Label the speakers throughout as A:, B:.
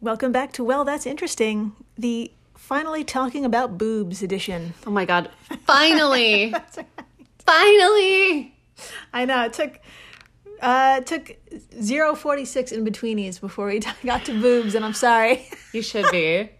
A: Welcome back to Well, That's Interesting, the finally talking about boobs edition.
B: Oh my God. Finally. Finally.
A: I know it took uh, it took zero forty six in betweenies before we got to boobs, and I'm sorry.
B: You should be.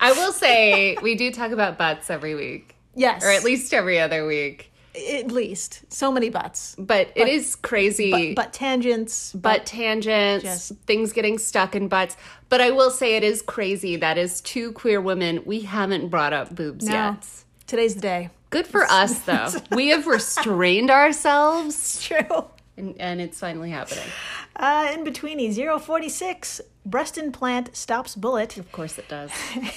B: I will say we do talk about butts every week,
A: Yes,
B: or at least every other week.
A: at least so many butts,
B: But it is crazy.
A: but, but tangents,
B: butt tangents,
A: Yes.
B: things getting stuck in butts. But I will say it is crazy. That is two queer women. We haven't brought up boobs
A: no.
B: yet.
A: Today's the day.
B: Good for us, though. we have restrained ourselves,
A: It's true.
B: and, and it's finally happening.
A: Uh, in betweenies, zero forty six. Breast implant stops bullet,
B: Of course, it does.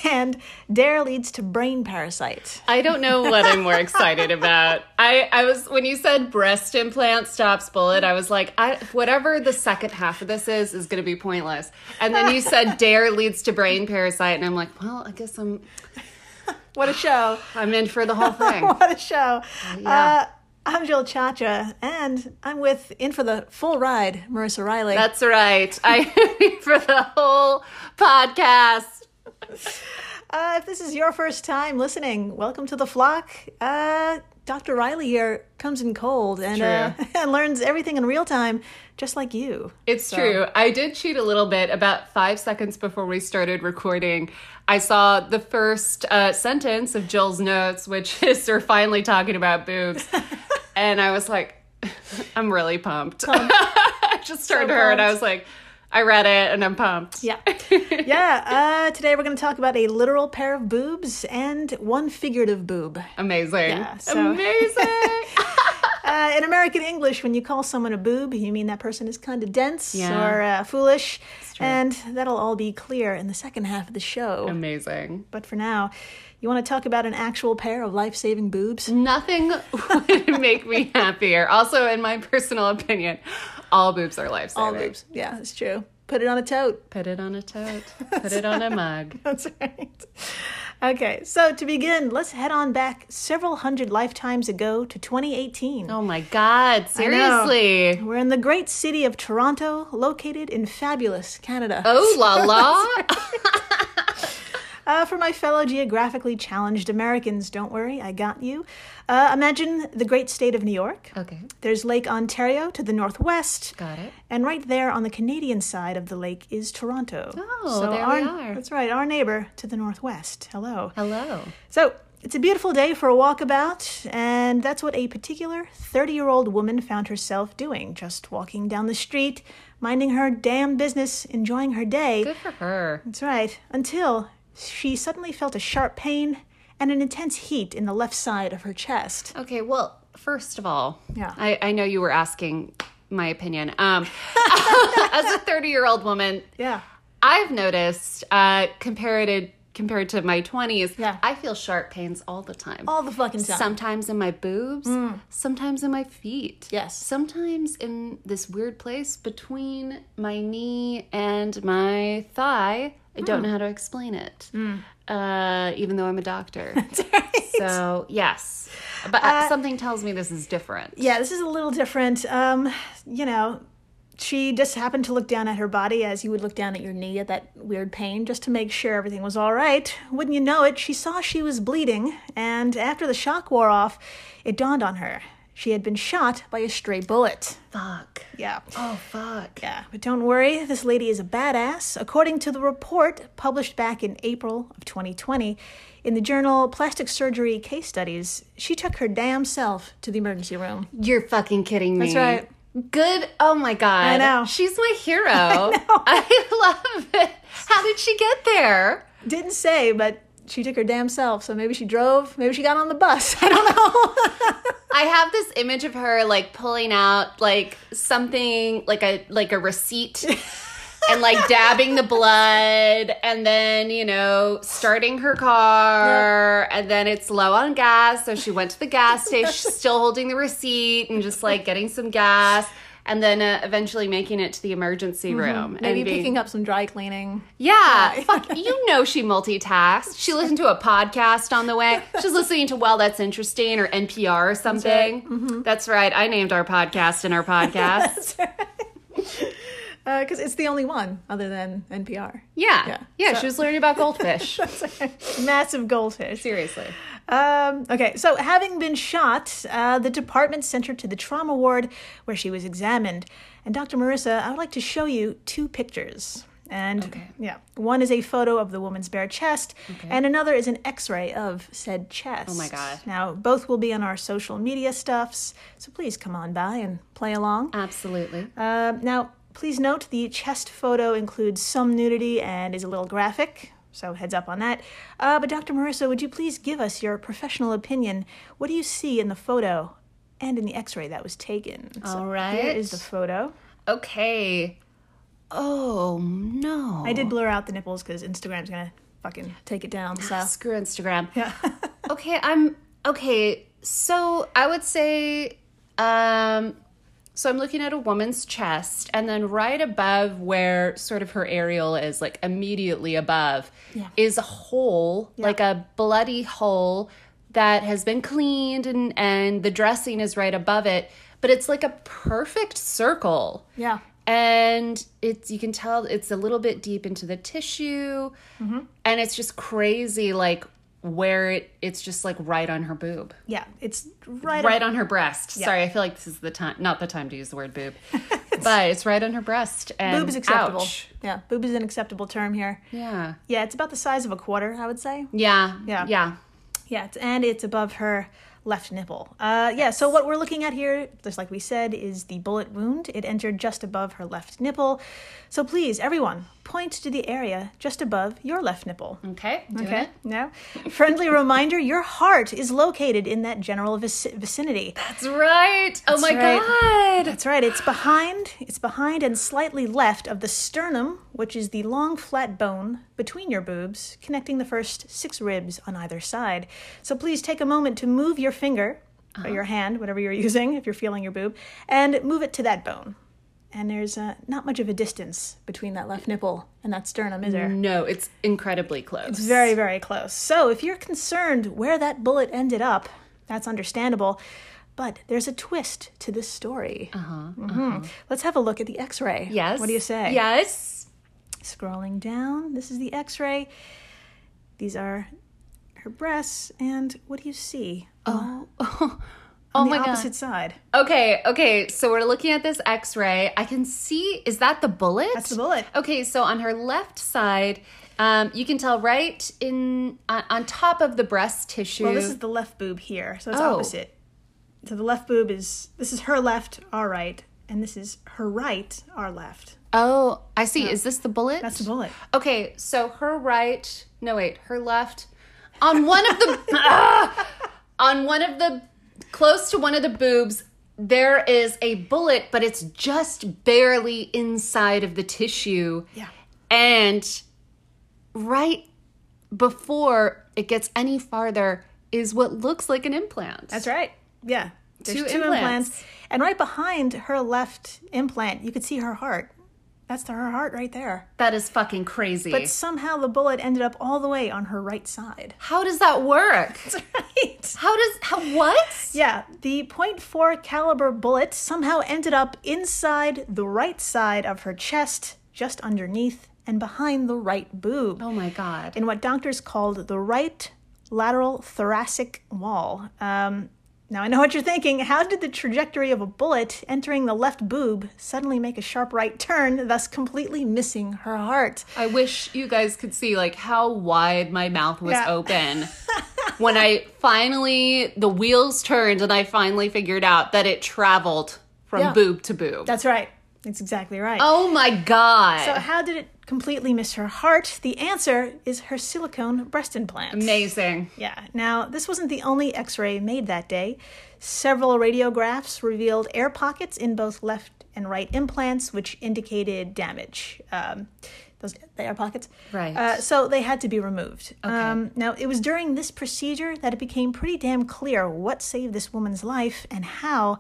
A: and dare leads to brain parasite.
B: I don't know what I'm more excited about. I, I was when you said breast implant stops bullet, I was like, I, whatever the second half of this is is going to be pointless. And then you said dare leads to brain parasite, and I'm like, well, I guess I'm
A: What a show!
B: I'm in for the whole thing.
A: what a show!
B: yeah.
A: Uh, I'm Jill Chacha, and I'm with in for the full ride, Marissa Riley.
B: That's right. I for the whole podcast.
A: Uh, if this is your first time listening, welcome to the flock. Uh, Dr. Riley here comes in cold and, uh,
B: True.
A: and learns everything in real time, just like you.
B: It's true. I did cheat a little bit. About five seconds before we started recording, I saw the first uh, sentence of Jill's notes, which is they're finally talking about boobs. and I was like, I'm really pumped. I just turned to her and I
A: pumped.
B: was like, I read it and I'm pumped.
A: Yeah. yeah. Uh, today we're going to talk about a literal pair of boobs and one figurative boob.
B: Amazing.
A: Yeah, so-
B: Amazing.
A: Uh, in American English, when you call someone a boob, you mean that person is kind of dense
B: Yeah.
A: or uh, foolish. And that'll all be clear in the second half of the show.
B: Um, Amazing.
A: But for now, you want to talk about an actual pair of life saving boobs?
B: Mm, Nothing would make me happier. Also, in my personal opinion, all boobs are life
A: All boobs. Yeah, it's true. Put it on a tote.
B: Put it on a tote. Put it on a mug.
A: That's right. Okay, so to begin, let's head on back several hundred lifetimes ago to 2018.
B: Oh my God!
A: know.
B: Seriously.
A: We're in the great city of Toronto, located in fabulous Canada.
B: Oh la la.
A: Uh, for my fellow geographically challenged Americans, don't worry, I got you. Uh, imagine the great state of New York.
B: okay,
A: There's Lake Ontario to the northwest.
B: got it.
A: And right there on the Canadian side of the lake is Toronto.
B: Oh, there
A: our,
B: we are.
A: That's right, our neighbor to the northwest. Hello.
B: Hello.
A: So it's a beautiful day for a walkabout, and that's what a particular 30 year old woman found herself doing just walking down the street, minding her damn business, enjoying her day.
B: Good for her.
A: That's right, until she suddenly felt a sharp pain and an intense heat in the left side of her chest.
B: Okay. Well, first of all,
A: Yeah.
B: I, I know you were asking my opinion. Um, as a thirty-year-old woman,
A: Yeah.
B: I've noticed uh, compared compared to my twenties,
A: Yeah.
B: I feel sharp pains all the time.
A: All the fucking time.
B: Sometimes in my boobs, sometimes in my feet.
A: Yes.
B: Sometimes in this weird place between my knee and my thigh. I don't know how to explain it, uh, even though I'm a doctor. So, yes. But uh, something tells me this is different.
A: Yeah, this is a little different. Um, you know, she just happened to look down at her body as you would look down at your knee at that weird pain just to make sure everything was all right. Wouldn't you know it, she saw she was bleeding, and after the shock wore off, it dawned on her. She had been shot by a stray bullet.
B: Fuck.
A: Yeah.
B: Oh, fuck.
A: Yeah, but don't worry, this lady is a badass. According to the report published back in April of 2020 in the journal Plastic Surgery Case Studies, she took her damn self to the emergency room.
B: You're fucking kidding me.
A: right.
B: Good. Oh my god. I
A: know.
B: She's my hero. I love it. How did she get there?
A: Didn't say, but she took her damn self. So maybe she drove, maybe she got on the bus. I don't know.
B: I have this image of her like pulling out like something like a like a receipt and like dabbing the blood and then you know starting her car and then it's low on gas so she went to the gas station she's still holding the receipt and just like getting some gas and then uh, eventually making it to the emergency room
A: Mm-hmm. maybe
B: and being-
A: picking up some dry cleaning.
B: Yeah, fuck, you know she multitasked. She listened to a podcast on the way. She's listening to Well That's Interesting or NPR or something. That's right. I named our podcast in our podcast.
A: because Uh, it's the only one other than NPR.
B: Yeah.
A: Yeah.
B: Yeah.
A: So-
B: She was learning about goldfish.
A: Massive goldfish.
B: Seriously.
A: Um, okay, so having been shot, uh, the department sent her to the trauma ward where she was examined. And Dr. Marissa, I would like to show you two pictures. And yeah, one is a photo of the woman's bare chest, and another is an x ray of said chest. Oh
B: my God.
A: Now, both will be on our social media stuffs, so please come on by and play along.
B: Absolutely.
A: Um, now, please note the chest photo includes some nudity and is a little graphic, so heads up on that. Uh, but Dr. Marissa, would you please give us your professional opinion? What do you see in the photo and in the x ray that was taken? So
B: All
A: Here
B: right.
A: is the photo.
B: okay. Oh no.
A: I did blur out the nipples because Instagram's going to fucking take it down, so.
B: Screw Instagram.
A: Yeah.
B: Okay, I'm okay. So I would say, um, so I'm looking at a woman's chest, and then right above where sort of her aerial is, like immediately above,
A: Yeah.
B: is a hole, like a bloody hole that has been cleaned, and and the dressing is right above it, but it's like a perfect circle
A: yeah.
B: and it's you can tell it's a little bit deep into the tissue
A: Mm-hmm.
B: and it's just crazy like where it it's just like right on her boob
A: Yeah. It's right,
B: right on her breast sorry i feel like this is the time not the time to use the word boob but it's right on her breast and
A: Boob is acceptable.
B: ouch.
A: Yeah. Boob is an acceptable term here.
B: yeah
A: Yeah, it's about the size of a quarter, I would say.
B: yeah
A: Yeah.
B: yeah yeah
A: Yeah, it's, and it's above her left nipple. Uh, yeah, so what we're looking at here, just like we said, is the bullet wound. It entered just above her left nipple. So please, everyone, point to the area just above your left nipple.
B: okay Mm. doing
A: Okay.
B: it.
A: No. Friendly reminder: your heart is located in that general vic- vicinity.
B: that's right oh my
A: right.
B: god
A: That's right. It's behind. It's behind and slightly left of the sternum, which is the long flat bone between your boobs, connecting the first six ribs on either side. So please take a moment to move your finger or your hand, whatever you're using, if you're feeling your boob, and move it to that bone. And there's uh, not much of a distance between that left nipple and that sternum, is there?
B: no it's incredibly close
A: It's very, very close. So if you're concerned where that bullet ended up, that's understandable. But there's a twist to this story. Uh-huh, Let's have a look at the x ray.
B: yes
A: What do you say?
B: yes
A: Scrolling down, this is the x ray. These are her breasts. And what do you see? Oh,
B: oh
A: on
B: my
A: the
B: god
A: opposite side.
B: Okay, okay. So we're looking at this x ray. I can see, is that the bullet?
A: That's the bullet.
B: Okay, so on her left side, um, you can tell right in on, on top of the breast tissue.
A: Well, this is the left boob here, so it's
B: Oh.
A: opposite. So the left boob is this is her left, our right, and this is her right, our left.
B: oh, I see. Is this the bullet?
A: That's the bullet.
B: Okay, so her right, no wait, her left on one of the Ah! on one of the close to one of the boobs there is a bullet but it's just barely inside of the tissue.
A: Yeah.
B: And right before it gets any farther is what looks like an implant.
A: That's right. Yeah. There's two,
B: Two
A: implants.
B: implants.
A: And right behind her left implant, you could see her heart. That's the, her heart right there.
B: That is fucking crazy.
A: But somehow the bullet ended up all the way on her right side.
B: how does that work?
A: That's right.
B: How does how what?
A: Yeah, the .4 caliber bullet somehow ended up inside the right side of her chest, just underneath and behind the right boob.
B: Oh my god.
A: in what doctors called the right lateral thoracic wall. Um, now, I know what you're thinking. How did the trajectory of a bullet entering the left boob suddenly make a sharp right turn, thus completely missing her heart?
B: I wish you guys could see like how wide my mouth was
A: Yeah.
B: open when I finally the wheels turned and I finally figured out that it traveled from
A: Yeah.
B: boob to boob.
A: That's right. That's exactly right.
B: oh my god.
A: So, how did it completely miss her heart? The answer is her silicone breast implant.
B: Amazing.
A: Yeah. Now, this wasn't the only x ray made that day. Several radiographs revealed air pockets in both left and right implants, which indicated damage. Um, those the air pockets.
B: Right.
A: Uh, so they had to be removed. Um, now, it was during this procedure that it became pretty damn clear what saved this woman's life and how.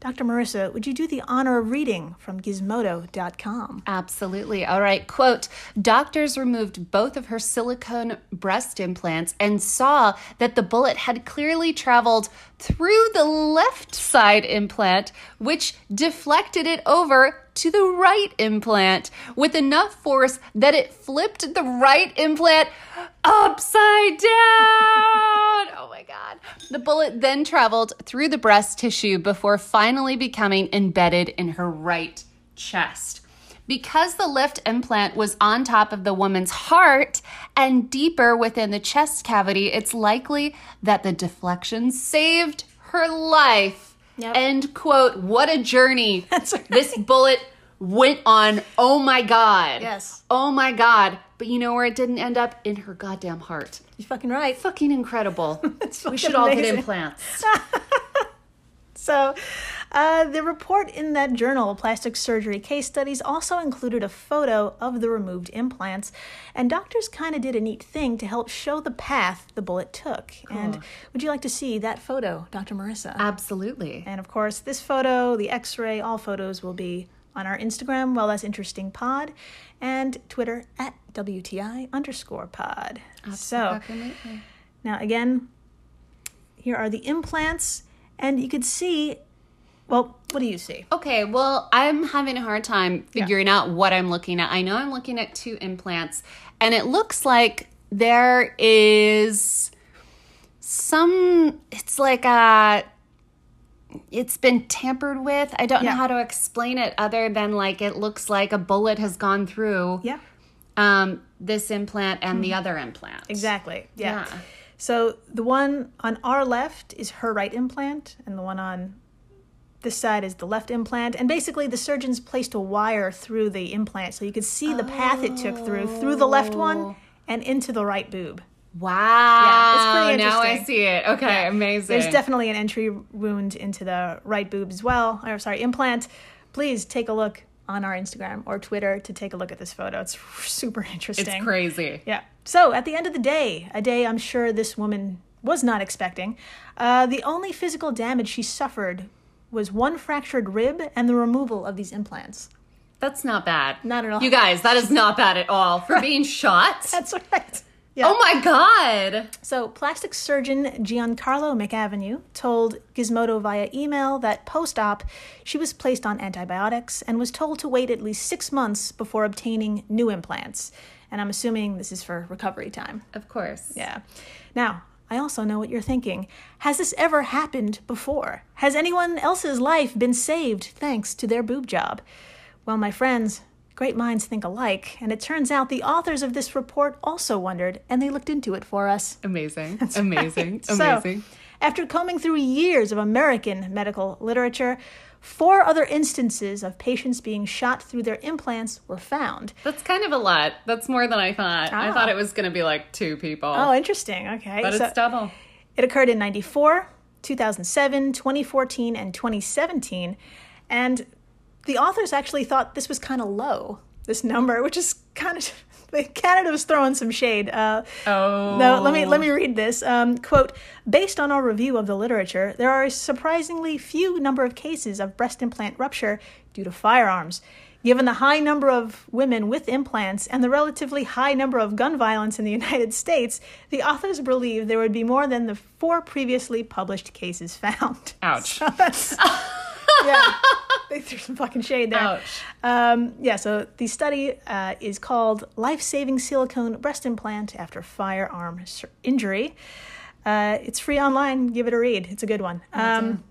A: Dr. Marissa, would you do the honor of reading from gizmodo.com?
B: Absolutely. All right. Quote Doctors removed both of her silicone breast implants and saw that the bullet had clearly traveled through the left side implant, which deflected it over to the right implant with enough force that it flipped the right implant upside down. oh my God. The bullet then traveled through the breast tissue before finally becoming embedded in her right chest. Because the left implant was on top of the woman's heart and deeper within the chest cavity, it's likely that the deflection saved her life.
A: Yep.
B: End quote. What a journey
A: right.
B: this bullet went on. Oh my God.
A: Yes.
B: Oh my God. But you know where it didn't end up? In her goddamn heart.
A: You're fucking right.
B: Fucking incredible. we
A: fucking
B: should all get
A: amazing.
B: implants.
A: So, uh, the report in that journal, Plastic Surgery Case Studies, also included a photo of the removed implants. And doctors kind of did a neat thing to help show the path the bullet took. And would you like to see that photo, Dr. Marissa?
B: Absolutely.
A: And of course, this photo, the x ray, all photos will be on our Instagram, Well That's Interesting Pod, and Twitter at WTI underscore pod. So,
B: Absolutely.
A: now again, here are the implants, and you could see, well, what do you see?
B: Okay, well, I'm having a hard time figuring out what I'm looking at. I know I'm looking at two implants, and it looks like there is some, it's like a, it's been tampered with. I don't
A: Yeah.
B: know how to explain it other than like it looks like a bullet has gone through
A: Yeah, Mm-hmm.
B: um, this implant and the other implant.
A: exactly. Yeah.
B: Yeah.
A: So the one on our left is her right implant, and the one on this side is the left implant. And basically, the surgeons placed a wire through the implant so you could see the path it took through, through the left one and into the right boob.
B: Wow.
A: pretty
B: now I
A: interesting.
B: see it. Okay, amazing.
A: There's definitely an entry wound into the right boob as well, or sorry, implant. Please take a look on our Instagram or Twitter to take a look at this photo. It's super interesting.
B: it's crazy.
A: Yeah. So at the end of the day, a day I'm sure this woman was not expecting, uh, the only physical damage she suffered was one fractured rib and the removal of these implants.
B: That's not bad.
A: Not at all.
B: You guys, that is not bad at all for being shot.
A: That's right. Yeah.
B: Oh my god.
A: So, plastic surgeon Giancarlo McAvenue told Gizmodo via email that post op, she was placed on antibiotics and was told to wait at least six months before obtaining new implants. And I'm assuming this is for recovery time.
B: Of course.
A: Yeah. Now, I also know what you're thinking. Has this ever happened before? Has anyone else's life been saved thanks to their boob job? Well, my friends, great minds think alike, and it turns out the authors of this report also wondered, and they looked into it for us.
B: Amazing. amazing.
A: So,
B: Amazing.
A: after combing through years of American medical literature, four other instances of patients being shot through their implants were found.
B: That's kind of a lot. That's more than I thought. I
A: Ah.
B: thought it was going to be like two people.
A: Oh, interesting. Okay.
B: but
A: so-
B: it's double.
A: It occurred in 94, 2007, 2014, and 2017. And the authors actually thought this was kind of low, this number, which is kind of. Canada was throwing some shade. Uh,
B: Oh.
A: no, let me let me read this. Um, quote: Based on our review of the literature, there are a surprisingly few number of cases of breast implant rupture due to firearms. Given the high number of women with implants and the relatively high number of gun violence in the United States, the authors believe there would be more than the four previously published cases found.
B: Ouch.
A: So that's- yeah, they threw some fucking shade there.
B: Ouch.
A: Um, yeah, so the study uh, is called Life Saving Silicone Breast Implant After Firearm Sur- Injury. Uh, it's free online. Give it a read. It's a good one. Um,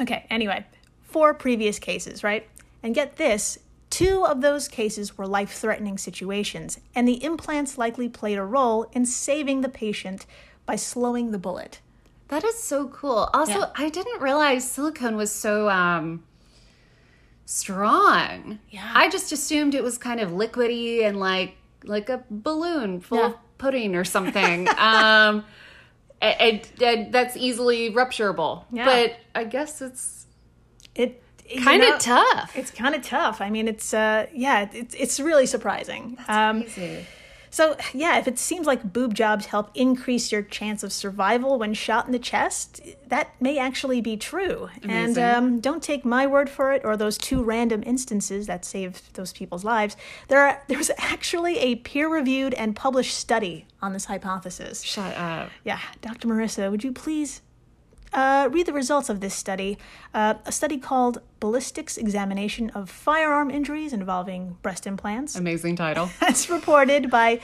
A: okay, anyway, four previous cases, right? And get this two of those cases were life threatening situations, and the implants likely played a role in saving the patient by slowing the bullet.
B: That is so cool. Also,
A: Yeah.
B: I didn't realize silicone was so um strong.
A: Yeah.
B: I just assumed it was kind of liquidy and like like a balloon full
A: Yeah.
B: of pudding or something. um and, and, and that's easily rupturable.
A: Yeah.
B: But I guess it's
A: It you
B: kind of
A: know-
B: tough.
A: It's kind of tough. I mean, it's uh, yeah, it's it's really surprising. Um,
B: Crazy.
A: so yeah, if it seems like boob jobs help increase your chance of survival when shot in the chest, that may actually be true. And
B: Amazing.
A: um, don't take my word for it or those two random instances that saved those people's lives. There are there was actually a peer-reviewed and published study on this hypothesis.
B: Shut up.
A: Yeah, Dr. Marissa, would you please uh, read the results of this study. Uh, a study called Ballistics Examination of Firearm Injuries Involving Breast Implants.
B: Amazing title.
A: That's reported by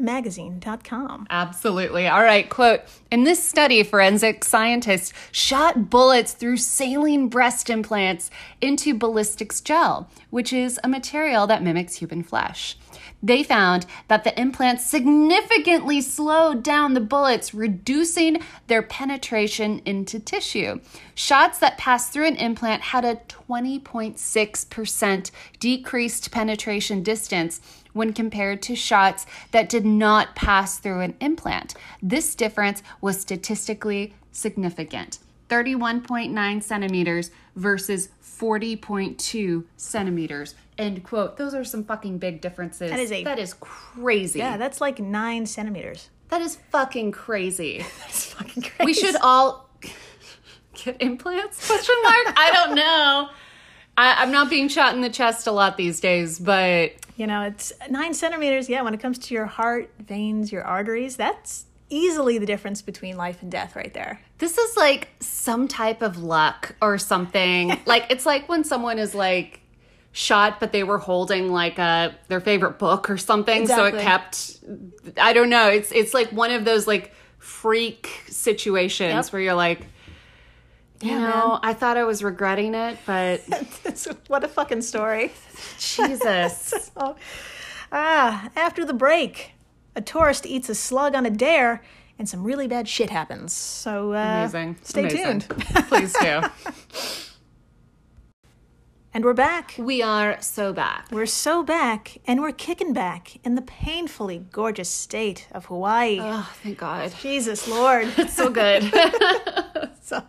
A: discovermagazine.com.
B: Absolutely. All right, quote In this study, forensic scientists shot bullets through saline breast implants into ballistics gel, which is a material that mimics human flesh. They found that the implants significantly slowed down the bullets, reducing their penetration into tissue. Shots that passed through an implant had a 20.6% decreased penetration distance when compared to shots that did not pass through an implant. This difference was statistically significant 31.9 centimeters versus 40.2 centimeters. End quote. Those are some fucking big differences.
A: That is a-
B: that is crazy.
A: Yeah, that's like nine centimeters.
B: that is fucking crazy.
A: That's fucking crazy.
B: we should all get implants? Question mark. I don't know. I, I'm not being shot in the chest a lot these days, but
A: You know, it's nine centimeters. Yeah, when it comes to your heart, veins, your arteries, that's easily the difference between life and death right there.
B: This is like some type of luck or something. like it's like when someone is like shot but they were holding like a their favorite book or something so
A: Exactly.
B: it kept I don't know. It's it's like one of those like freak situations
A: Yep.
B: where you're like you
A: Yeah,
B: know, I thought I was regretting it, but
A: That's- what a fucking story.
B: Jesus.
A: Oh. Ah, after the break, a tourist eats a slug on a dare and some really bad shit happens. So uh,
B: Amazing.
A: stay
B: Amazing.
A: tuned.
B: Please do.
A: And we're back.
B: We are so back.
A: We're so back and we're kicking back in the painfully gorgeous state of Hawaii.
B: Oh, thank God.
A: Jesus Lord.
B: So good.
A: So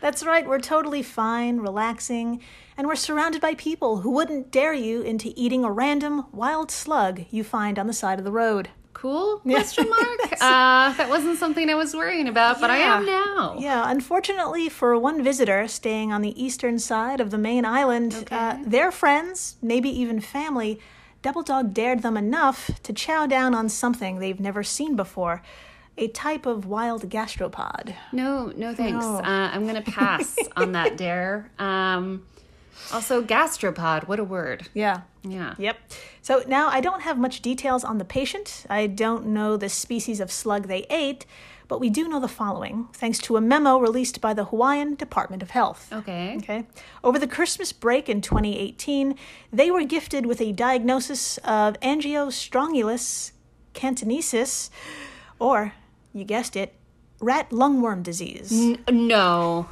A: that's right, we're totally fine, relaxing, and we're surrounded by people who wouldn't dare you into eating a random wild slug you find on the side of the road.
B: cool question mark uh, that wasn't something i was worrying about but i am
A: Yeah.
B: now
A: Yeah, unfortunately for one visitor staying on the eastern side of the main island, uh, their friends, maybe even family, Double Dog dared them enough to chow down on something they've never seen before a type of wild gastropod.
B: no no thanks
A: No.
B: Uh, i'm gonna pass on that dare um, also gastropod what a word
A: Yeah.
B: yeah
A: Yep. So now I don't have much details on the patient. I don't know the species of slug they ate, but we do know the following thanks to a memo released by the Hawaiian Department of Health.
B: okay
A: Okay. Over the Christmas break in 2018, they were gifted with a diagnosis of angiostrongylus cantonensis, or, you guessed it, rat lungworm disease.
B: N- no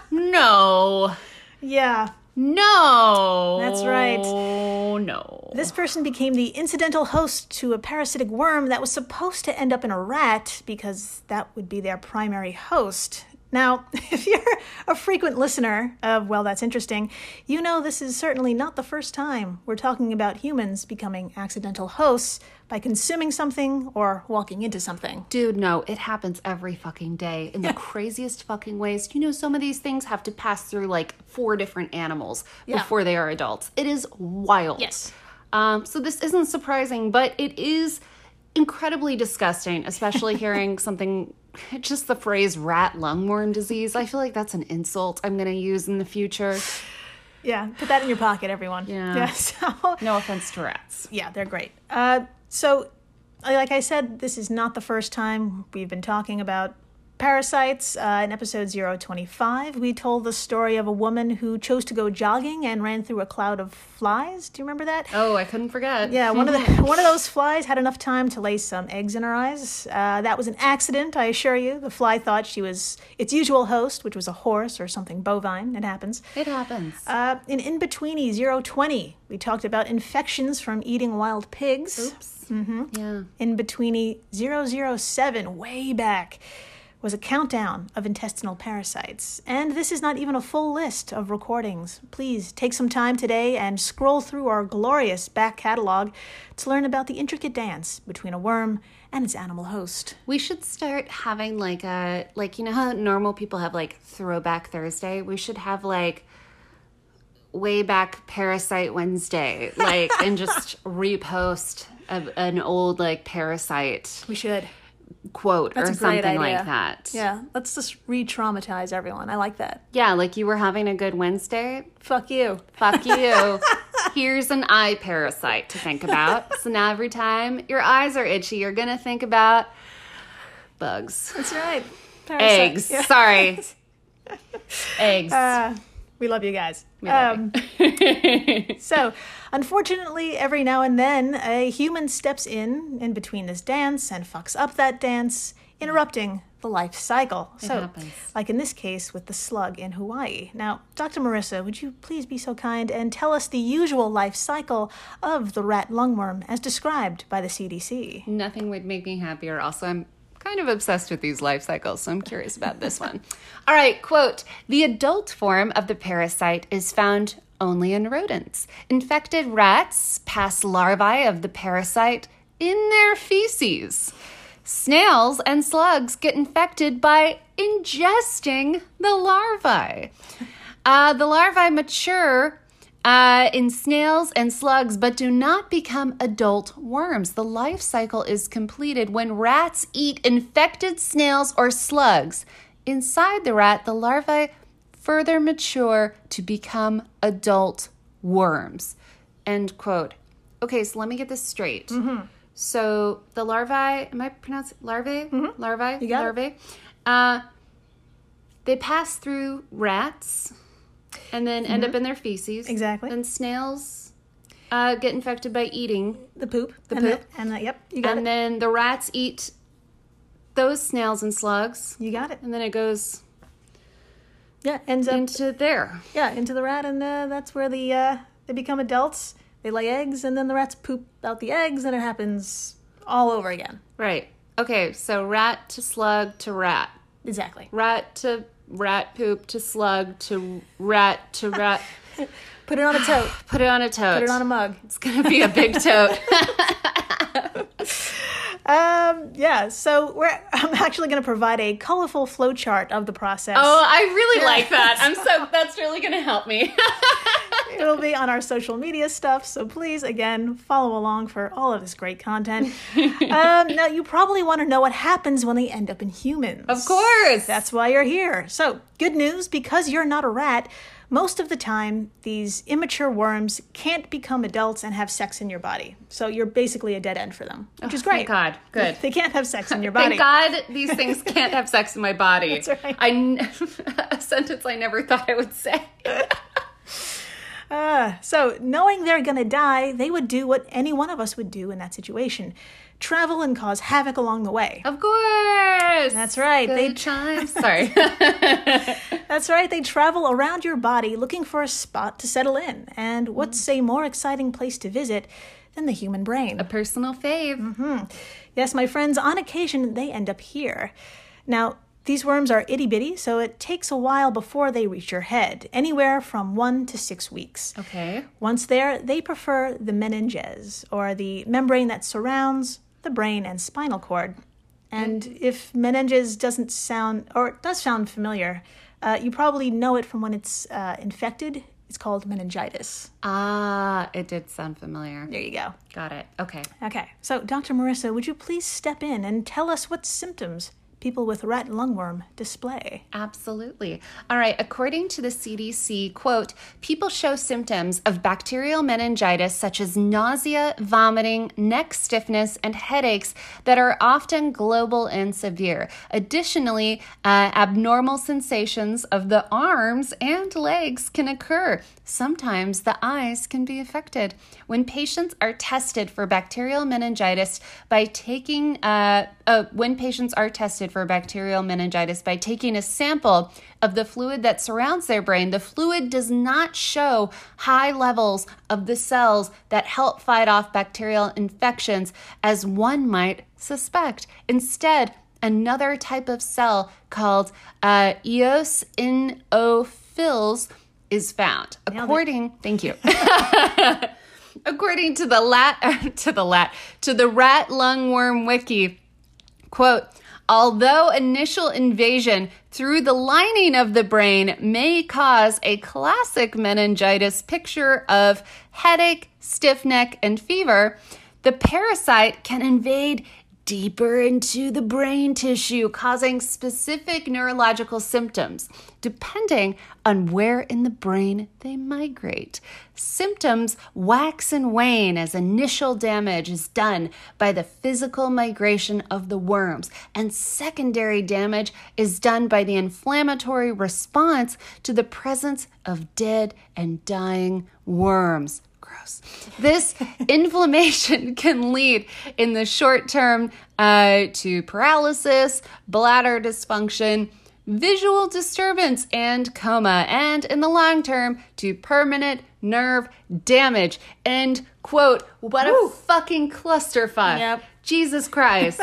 B: no
A: Yeah.
B: no
A: That's right.
B: no
A: This person became the incidental host to a parasitic worm that was supposed to end up in a rat because that would be their primary host. Now, if you're a frequent listener of Well, That's Interesting, you know this is certainly not the first time we're talking about humans becoming accidental hosts by consuming something or walking into something.
B: Dude, no, it happens every fucking day in the craziest fucking ways. You know, some of these things have to pass through like four different animals before they are adults. It is wild.
A: Yes.
B: Um, so this isn't surprising, but it is incredibly disgusting, especially hearing something just the phrase rat lungworm disease. I feel like that's an insult I'm going to use in the future.
A: Yeah, put that in your pocket, everyone.
B: Yeah.
A: yeah so,
B: No offense to rats.
A: yeah, they're great. Uh, so, like I said, this is not the first time we've been talking about parasites. Uh, in episode 025, we told the story of a woman who chose to go jogging and ran through a cloud of flies. Do you remember that?
B: Oh, I couldn't forget.
A: Yeah, one of the one of those flies had enough time to lay some eggs in her eyes. Uh, that was an accident, I assure you. The fly thought she was its usual host, which was a horse or something bovine. It happens.
B: It happens.
A: Uh, in In Betweeny 020, we talked about infections from eating wild pigs. Mm-hmm.
B: yeah.
A: In Betweeny 007, way back, was a countdown of intestinal parasites. And this is not even a full list of recordings. Please take some time today and scroll through our glorious back catalog to learn about the intricate dance between a worm and its animal host.
B: We should start having like a like you know how normal people have like throwback Thursday. We should have like way back parasite Wednesday, like and just repost a, an old like parasite
A: We should.
B: quote
A: That's
B: or
A: a great
B: something
A: idea.
B: like that.
A: Yeah, let's just re traumatize everyone. I like that.
B: Yeah, like you were having a good Wednesday.
A: Fuck you.
B: Fuck you. Here's an eye parasite to think about. So now every time your eyes are itchy, you're going to think about bugs,
A: That's right. Parasite.
B: eggs.
A: Yeah.
B: Sorry. eggs.
A: Uh, we love you guys.
B: love
A: um, so, unfortunately, every now and then a human steps in in between this dance and fucks up that dance, interrupting the life cycle. so,
B: happens.
A: like in this case with the slug in Hawaii. Now, Dr. Marissa, would you please be so kind and tell us the usual life cycle of the rat lungworm as described by the CDC?
B: Nothing would make me happier. Also, I'm kind of obsessed with these life cycles, so I'm curious about this one. All right, quote The adult form of the parasite is found only in rodents. Infected rats pass larvae of the parasite in their feces. Snails and slugs get infected by ingesting the larvae. Uh, the larvae mature uh, in snails and slugs, but do not become adult worms. The life cycle is completed when rats eat infected snails or slugs. Inside the rat, the larvae further mature to become adult worms. End quote. Okay, so let me get this straight. So the larvae, am I pronouncing larvae? Larvae?
A: Mm-hmm. got it.
B: larvae. Uh, they pass through rats and then end up in their feces.
A: Mm-hmm. Exactly.
B: And snails uh, get infected by eating.
A: The poop. The
B: poop.
A: and the, yep, you got
B: and
A: it.
B: then the rats eat those snails and slugs.
A: You got it.
B: And then it goes
A: Yeah, um, ends up
B: into there.
A: Yeah, into the rat, and uh, that's where the uh, they become adults. They lay eggs, and then the rats poop out the eggs, and it happens all over again.
B: Right. Okay, so rat to slug to rat.
A: Exactly.
B: Rat to rat poop to slug to rat to rat.
A: Put it on a tote.
B: Put it on a tote.
A: Put it on a mug.
B: it's gonna be a big tote.
A: Um, yeah. So we're I'm actually going to provide a colorful flowchart of the process.
B: Oh, I really like that. I'm so that's really gonna help me.
A: It'll be on our social media stuff, so please, again, follow along for all of this great content. um, now, you probably want to know what happens when they end up in humans.
B: Of course.
A: That's why you're here. So, good news because you're not a rat, most of the time, these immature worms can't become adults and have sex in your body. So, you're basically a dead end for them, which is great.
B: Oh, Thank God. Good.
A: They can't have sex in your body.
B: Thank God these things can't have sex in my body.
A: That's right.
B: I n- a sentence I never thought I would say.
A: Ah, so, knowing they're going to die, they would do what any one of us would do in that situation travel and cause havoc along the way.
B: Of course.
A: That's right.
B: Good
A: They-
B: chimes. Sorry.
A: That's right, they travel around your body looking for a spot to settle in. And what's
B: Mm.
A: a more exciting place to visit than the human brain?
B: Personal fave.
A: Yes, my friends, on occasion they end up here. Now, these worms are itty bitty, so it takes a while before they reach your head, anywhere from one to six weeks.
B: Okay.
A: Once there, they prefer the meninges, or the membrane that surrounds the brain and spinal cord. And if meninges doesn't sound, or it does sound familiar, uh, you probably know it from when it's uh, infected. It's called meningitis.
B: Ah, it did sound familiar.
A: There you go.
B: Got it. Okay.
A: Okay, so Dr. Marissa, would you please step in and tell us what symptoms people with rat lungworm display?
B: Absolutely. All right. According to the CDC, quote, people show symptoms of bacterial meningitis such as nausea, vomiting, neck stiffness, and headaches that are often global and severe. Additionally, uh, abnormal sensations of the arms and legs can occur. Sometimes the eyes can be affected. When patients are tested for bacterial meningitis by taking, uh, uh, when patients are tested for bacterial meningitis by taking a sample of the fluid that surrounds their brain, the fluid does not show high levels of the cells that help fight off bacterial infections as one might suspect. Instead, another type of cell called uh, eosinophils is found. According, thank you. According to the lat to the lat to the rat lungworm wiki, quote although initial invasion through the lining of the brain may cause a classic meningitis picture of headache stiff neck and fever the parasite can invade deeper into the brain tissue, causing specific neurological symptoms, depending on where in the brain they migrate. Symptoms wax and wane as initial damage is done by the physical migration of the worms, and secondary damage is done by the inflammatory response to the presence of dead and dying worms gross. This inflammation can lead in the short term uh, to paralysis, bladder dysfunction, visual disturbance, and coma, and in the long term to permanent nerve damage. End quote. What a fucking clusterfuck.
A: Yep.
B: Jesus Christ.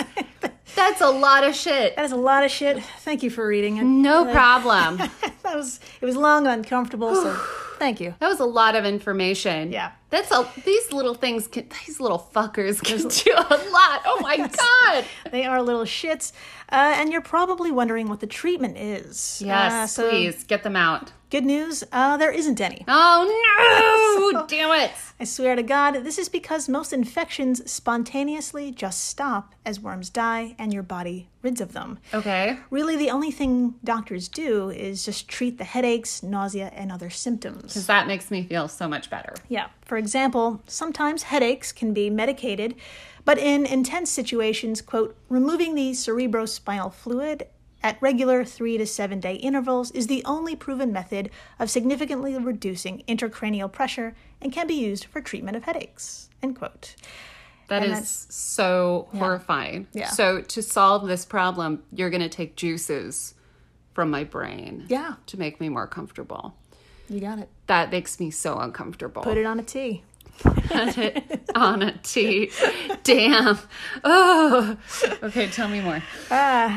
B: That's a lot of shit.
A: That is a lot of shit. Thank you for reading it.
B: No problem.
A: That was it was long and uncomfortable, so thank you.
B: That was a lot of information.
A: Yeah.
B: That's a these little things can these little fuckers can do a lot. Oh my god.
A: They are little shits, uh, and you're probably wondering what the treatment is.
B: Yes,
A: Uh, so
B: please get them out.
A: Good news, uh, there isn't any.
B: Oh no! Damn it.
A: I swear to God, this is because most infections spontaneously just stop as worms die and your body rids of them.
B: Okay.
A: Really, the only thing doctors do is just treat the headaches, nausea, and other symptoms.
B: That makes me feel so much better.
A: Yeah. For example, sometimes headaches can be medicated, but in intense situations, quote, removing the cerebrospinal fluid at regular three to seven day intervals is the only proven method of significantly reducing intracranial pressure and can be used for treatment of headaches, end quote.
B: That is so horrifying.
A: Yeah.
B: So to solve this problem, you're going to take juices from my brain.
A: Yeah.
B: To make me more comfortable.
A: You got it.
B: That makes me so uncomfortable.
A: Put it on a T.
B: on a T. Damn. Oh. Okay, tell me more.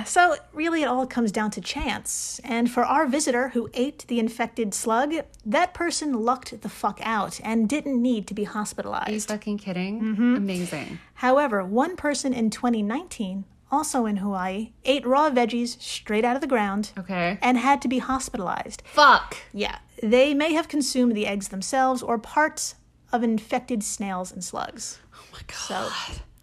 A: So, really, it all comes down to chance. And for our visitor who ate the infected slug, that person lucked the fuck out and didn't need to be
B: Are you
A: hospitalized.
B: fucking kidding? Amazing.
A: However, one person in 2019, also in Hawaii, ate raw veggies straight out of the ground
B: Okay.
A: and had to be hospitalized.
B: Fuck.
A: Yeah, they may have consumed the eggs themselves or parts of infected snails and slugs.
B: Oh my god.
A: So,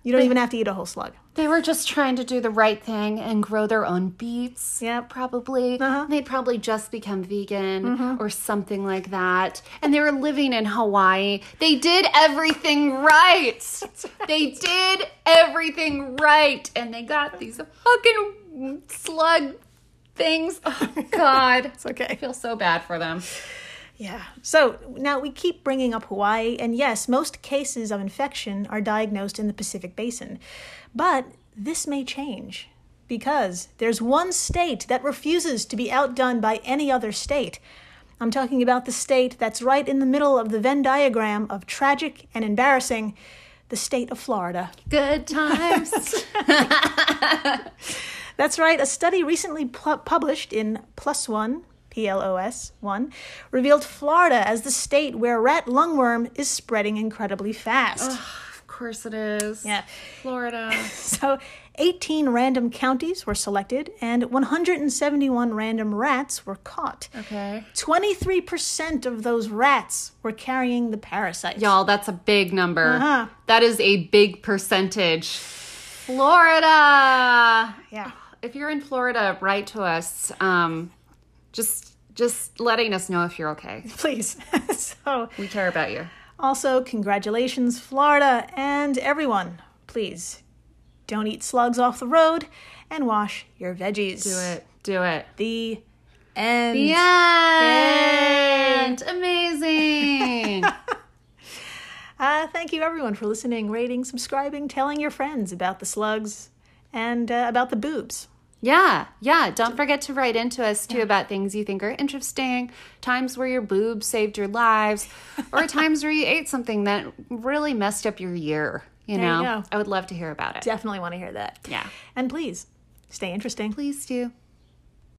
A: you don't even have to eat a whole slug.
B: They were just trying to do the right thing and grow their own beets.
A: Yep.
B: Probably. They'd probably just become vegan or something like that. And they were living in Hawaii. They did everything right. They did everything right. And they got these fucking slug things. Oh, God. it's
A: okay.
B: I feel so bad for them.
A: Yeah. So now we keep bringing up Hawaii, and yes, most cases of infection are diagnosed in the Pacific Basin. But this may change because there's one state that refuses to be outdone by any other state. I'm talking about the state that's right in the middle of the Venn diagram of tragic and embarrassing the state of Florida.
B: Good times.
A: That's right. A study recently pu- published in Plus One, P L O S One, revealed Florida as the state where rat lungworm is spreading incredibly fast.
B: of course it is.
A: Yeah.
B: Florida.
A: So, 18 random counties were selected, and 171 random rats were caught.
B: Okay.
A: 23% of those rats were carrying the parasite.
B: Y'all, that's a big number. That is a big percentage. Florida.
A: Yeah.
B: If you're in Florida, write to us. Um, just just letting us know if you're okay.
A: Please. so,
B: We care about you.
A: Also, congratulations, Florida, and everyone. Please don't eat slugs off the road and wash your veggies.
B: Do it. Do it.
A: The end.
B: The end. Amazing.
A: Uh, thank you, everyone, for listening, rating, subscribing, telling your friends about the slugs and uh, about the boobs.
B: Yeah, yeah. Don't forget to write into us too about things you think are interesting, times where your boob saved your lives, or times where you ate something that really messed up your year. You
A: There
B: know,
A: you go.
B: I would love to hear about it.
A: Definitely want to hear that.
B: Yeah.
A: And please stay interesting.
B: Please do.